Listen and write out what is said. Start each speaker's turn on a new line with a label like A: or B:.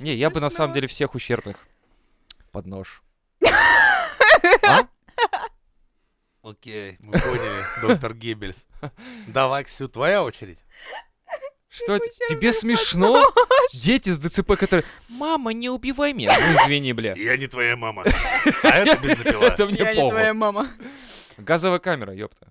A: Не, я бы на самом
B: Смешно.
A: деле всех ущербных под нож. А?
C: Окей, мы поняли, доктор Геббельс. Давай, Ксю, твоя очередь.
A: Что? т-
B: ущербных
A: Тебе
B: под
A: смешно? Дети с ДЦП, которые... Мама, не убивай меня. Ну, извини, бля.
C: Я не твоя мама. А это бензопила.
A: Это мне
B: Я не
A: повод.
B: твоя мама.
A: Газовая камера, ёпта.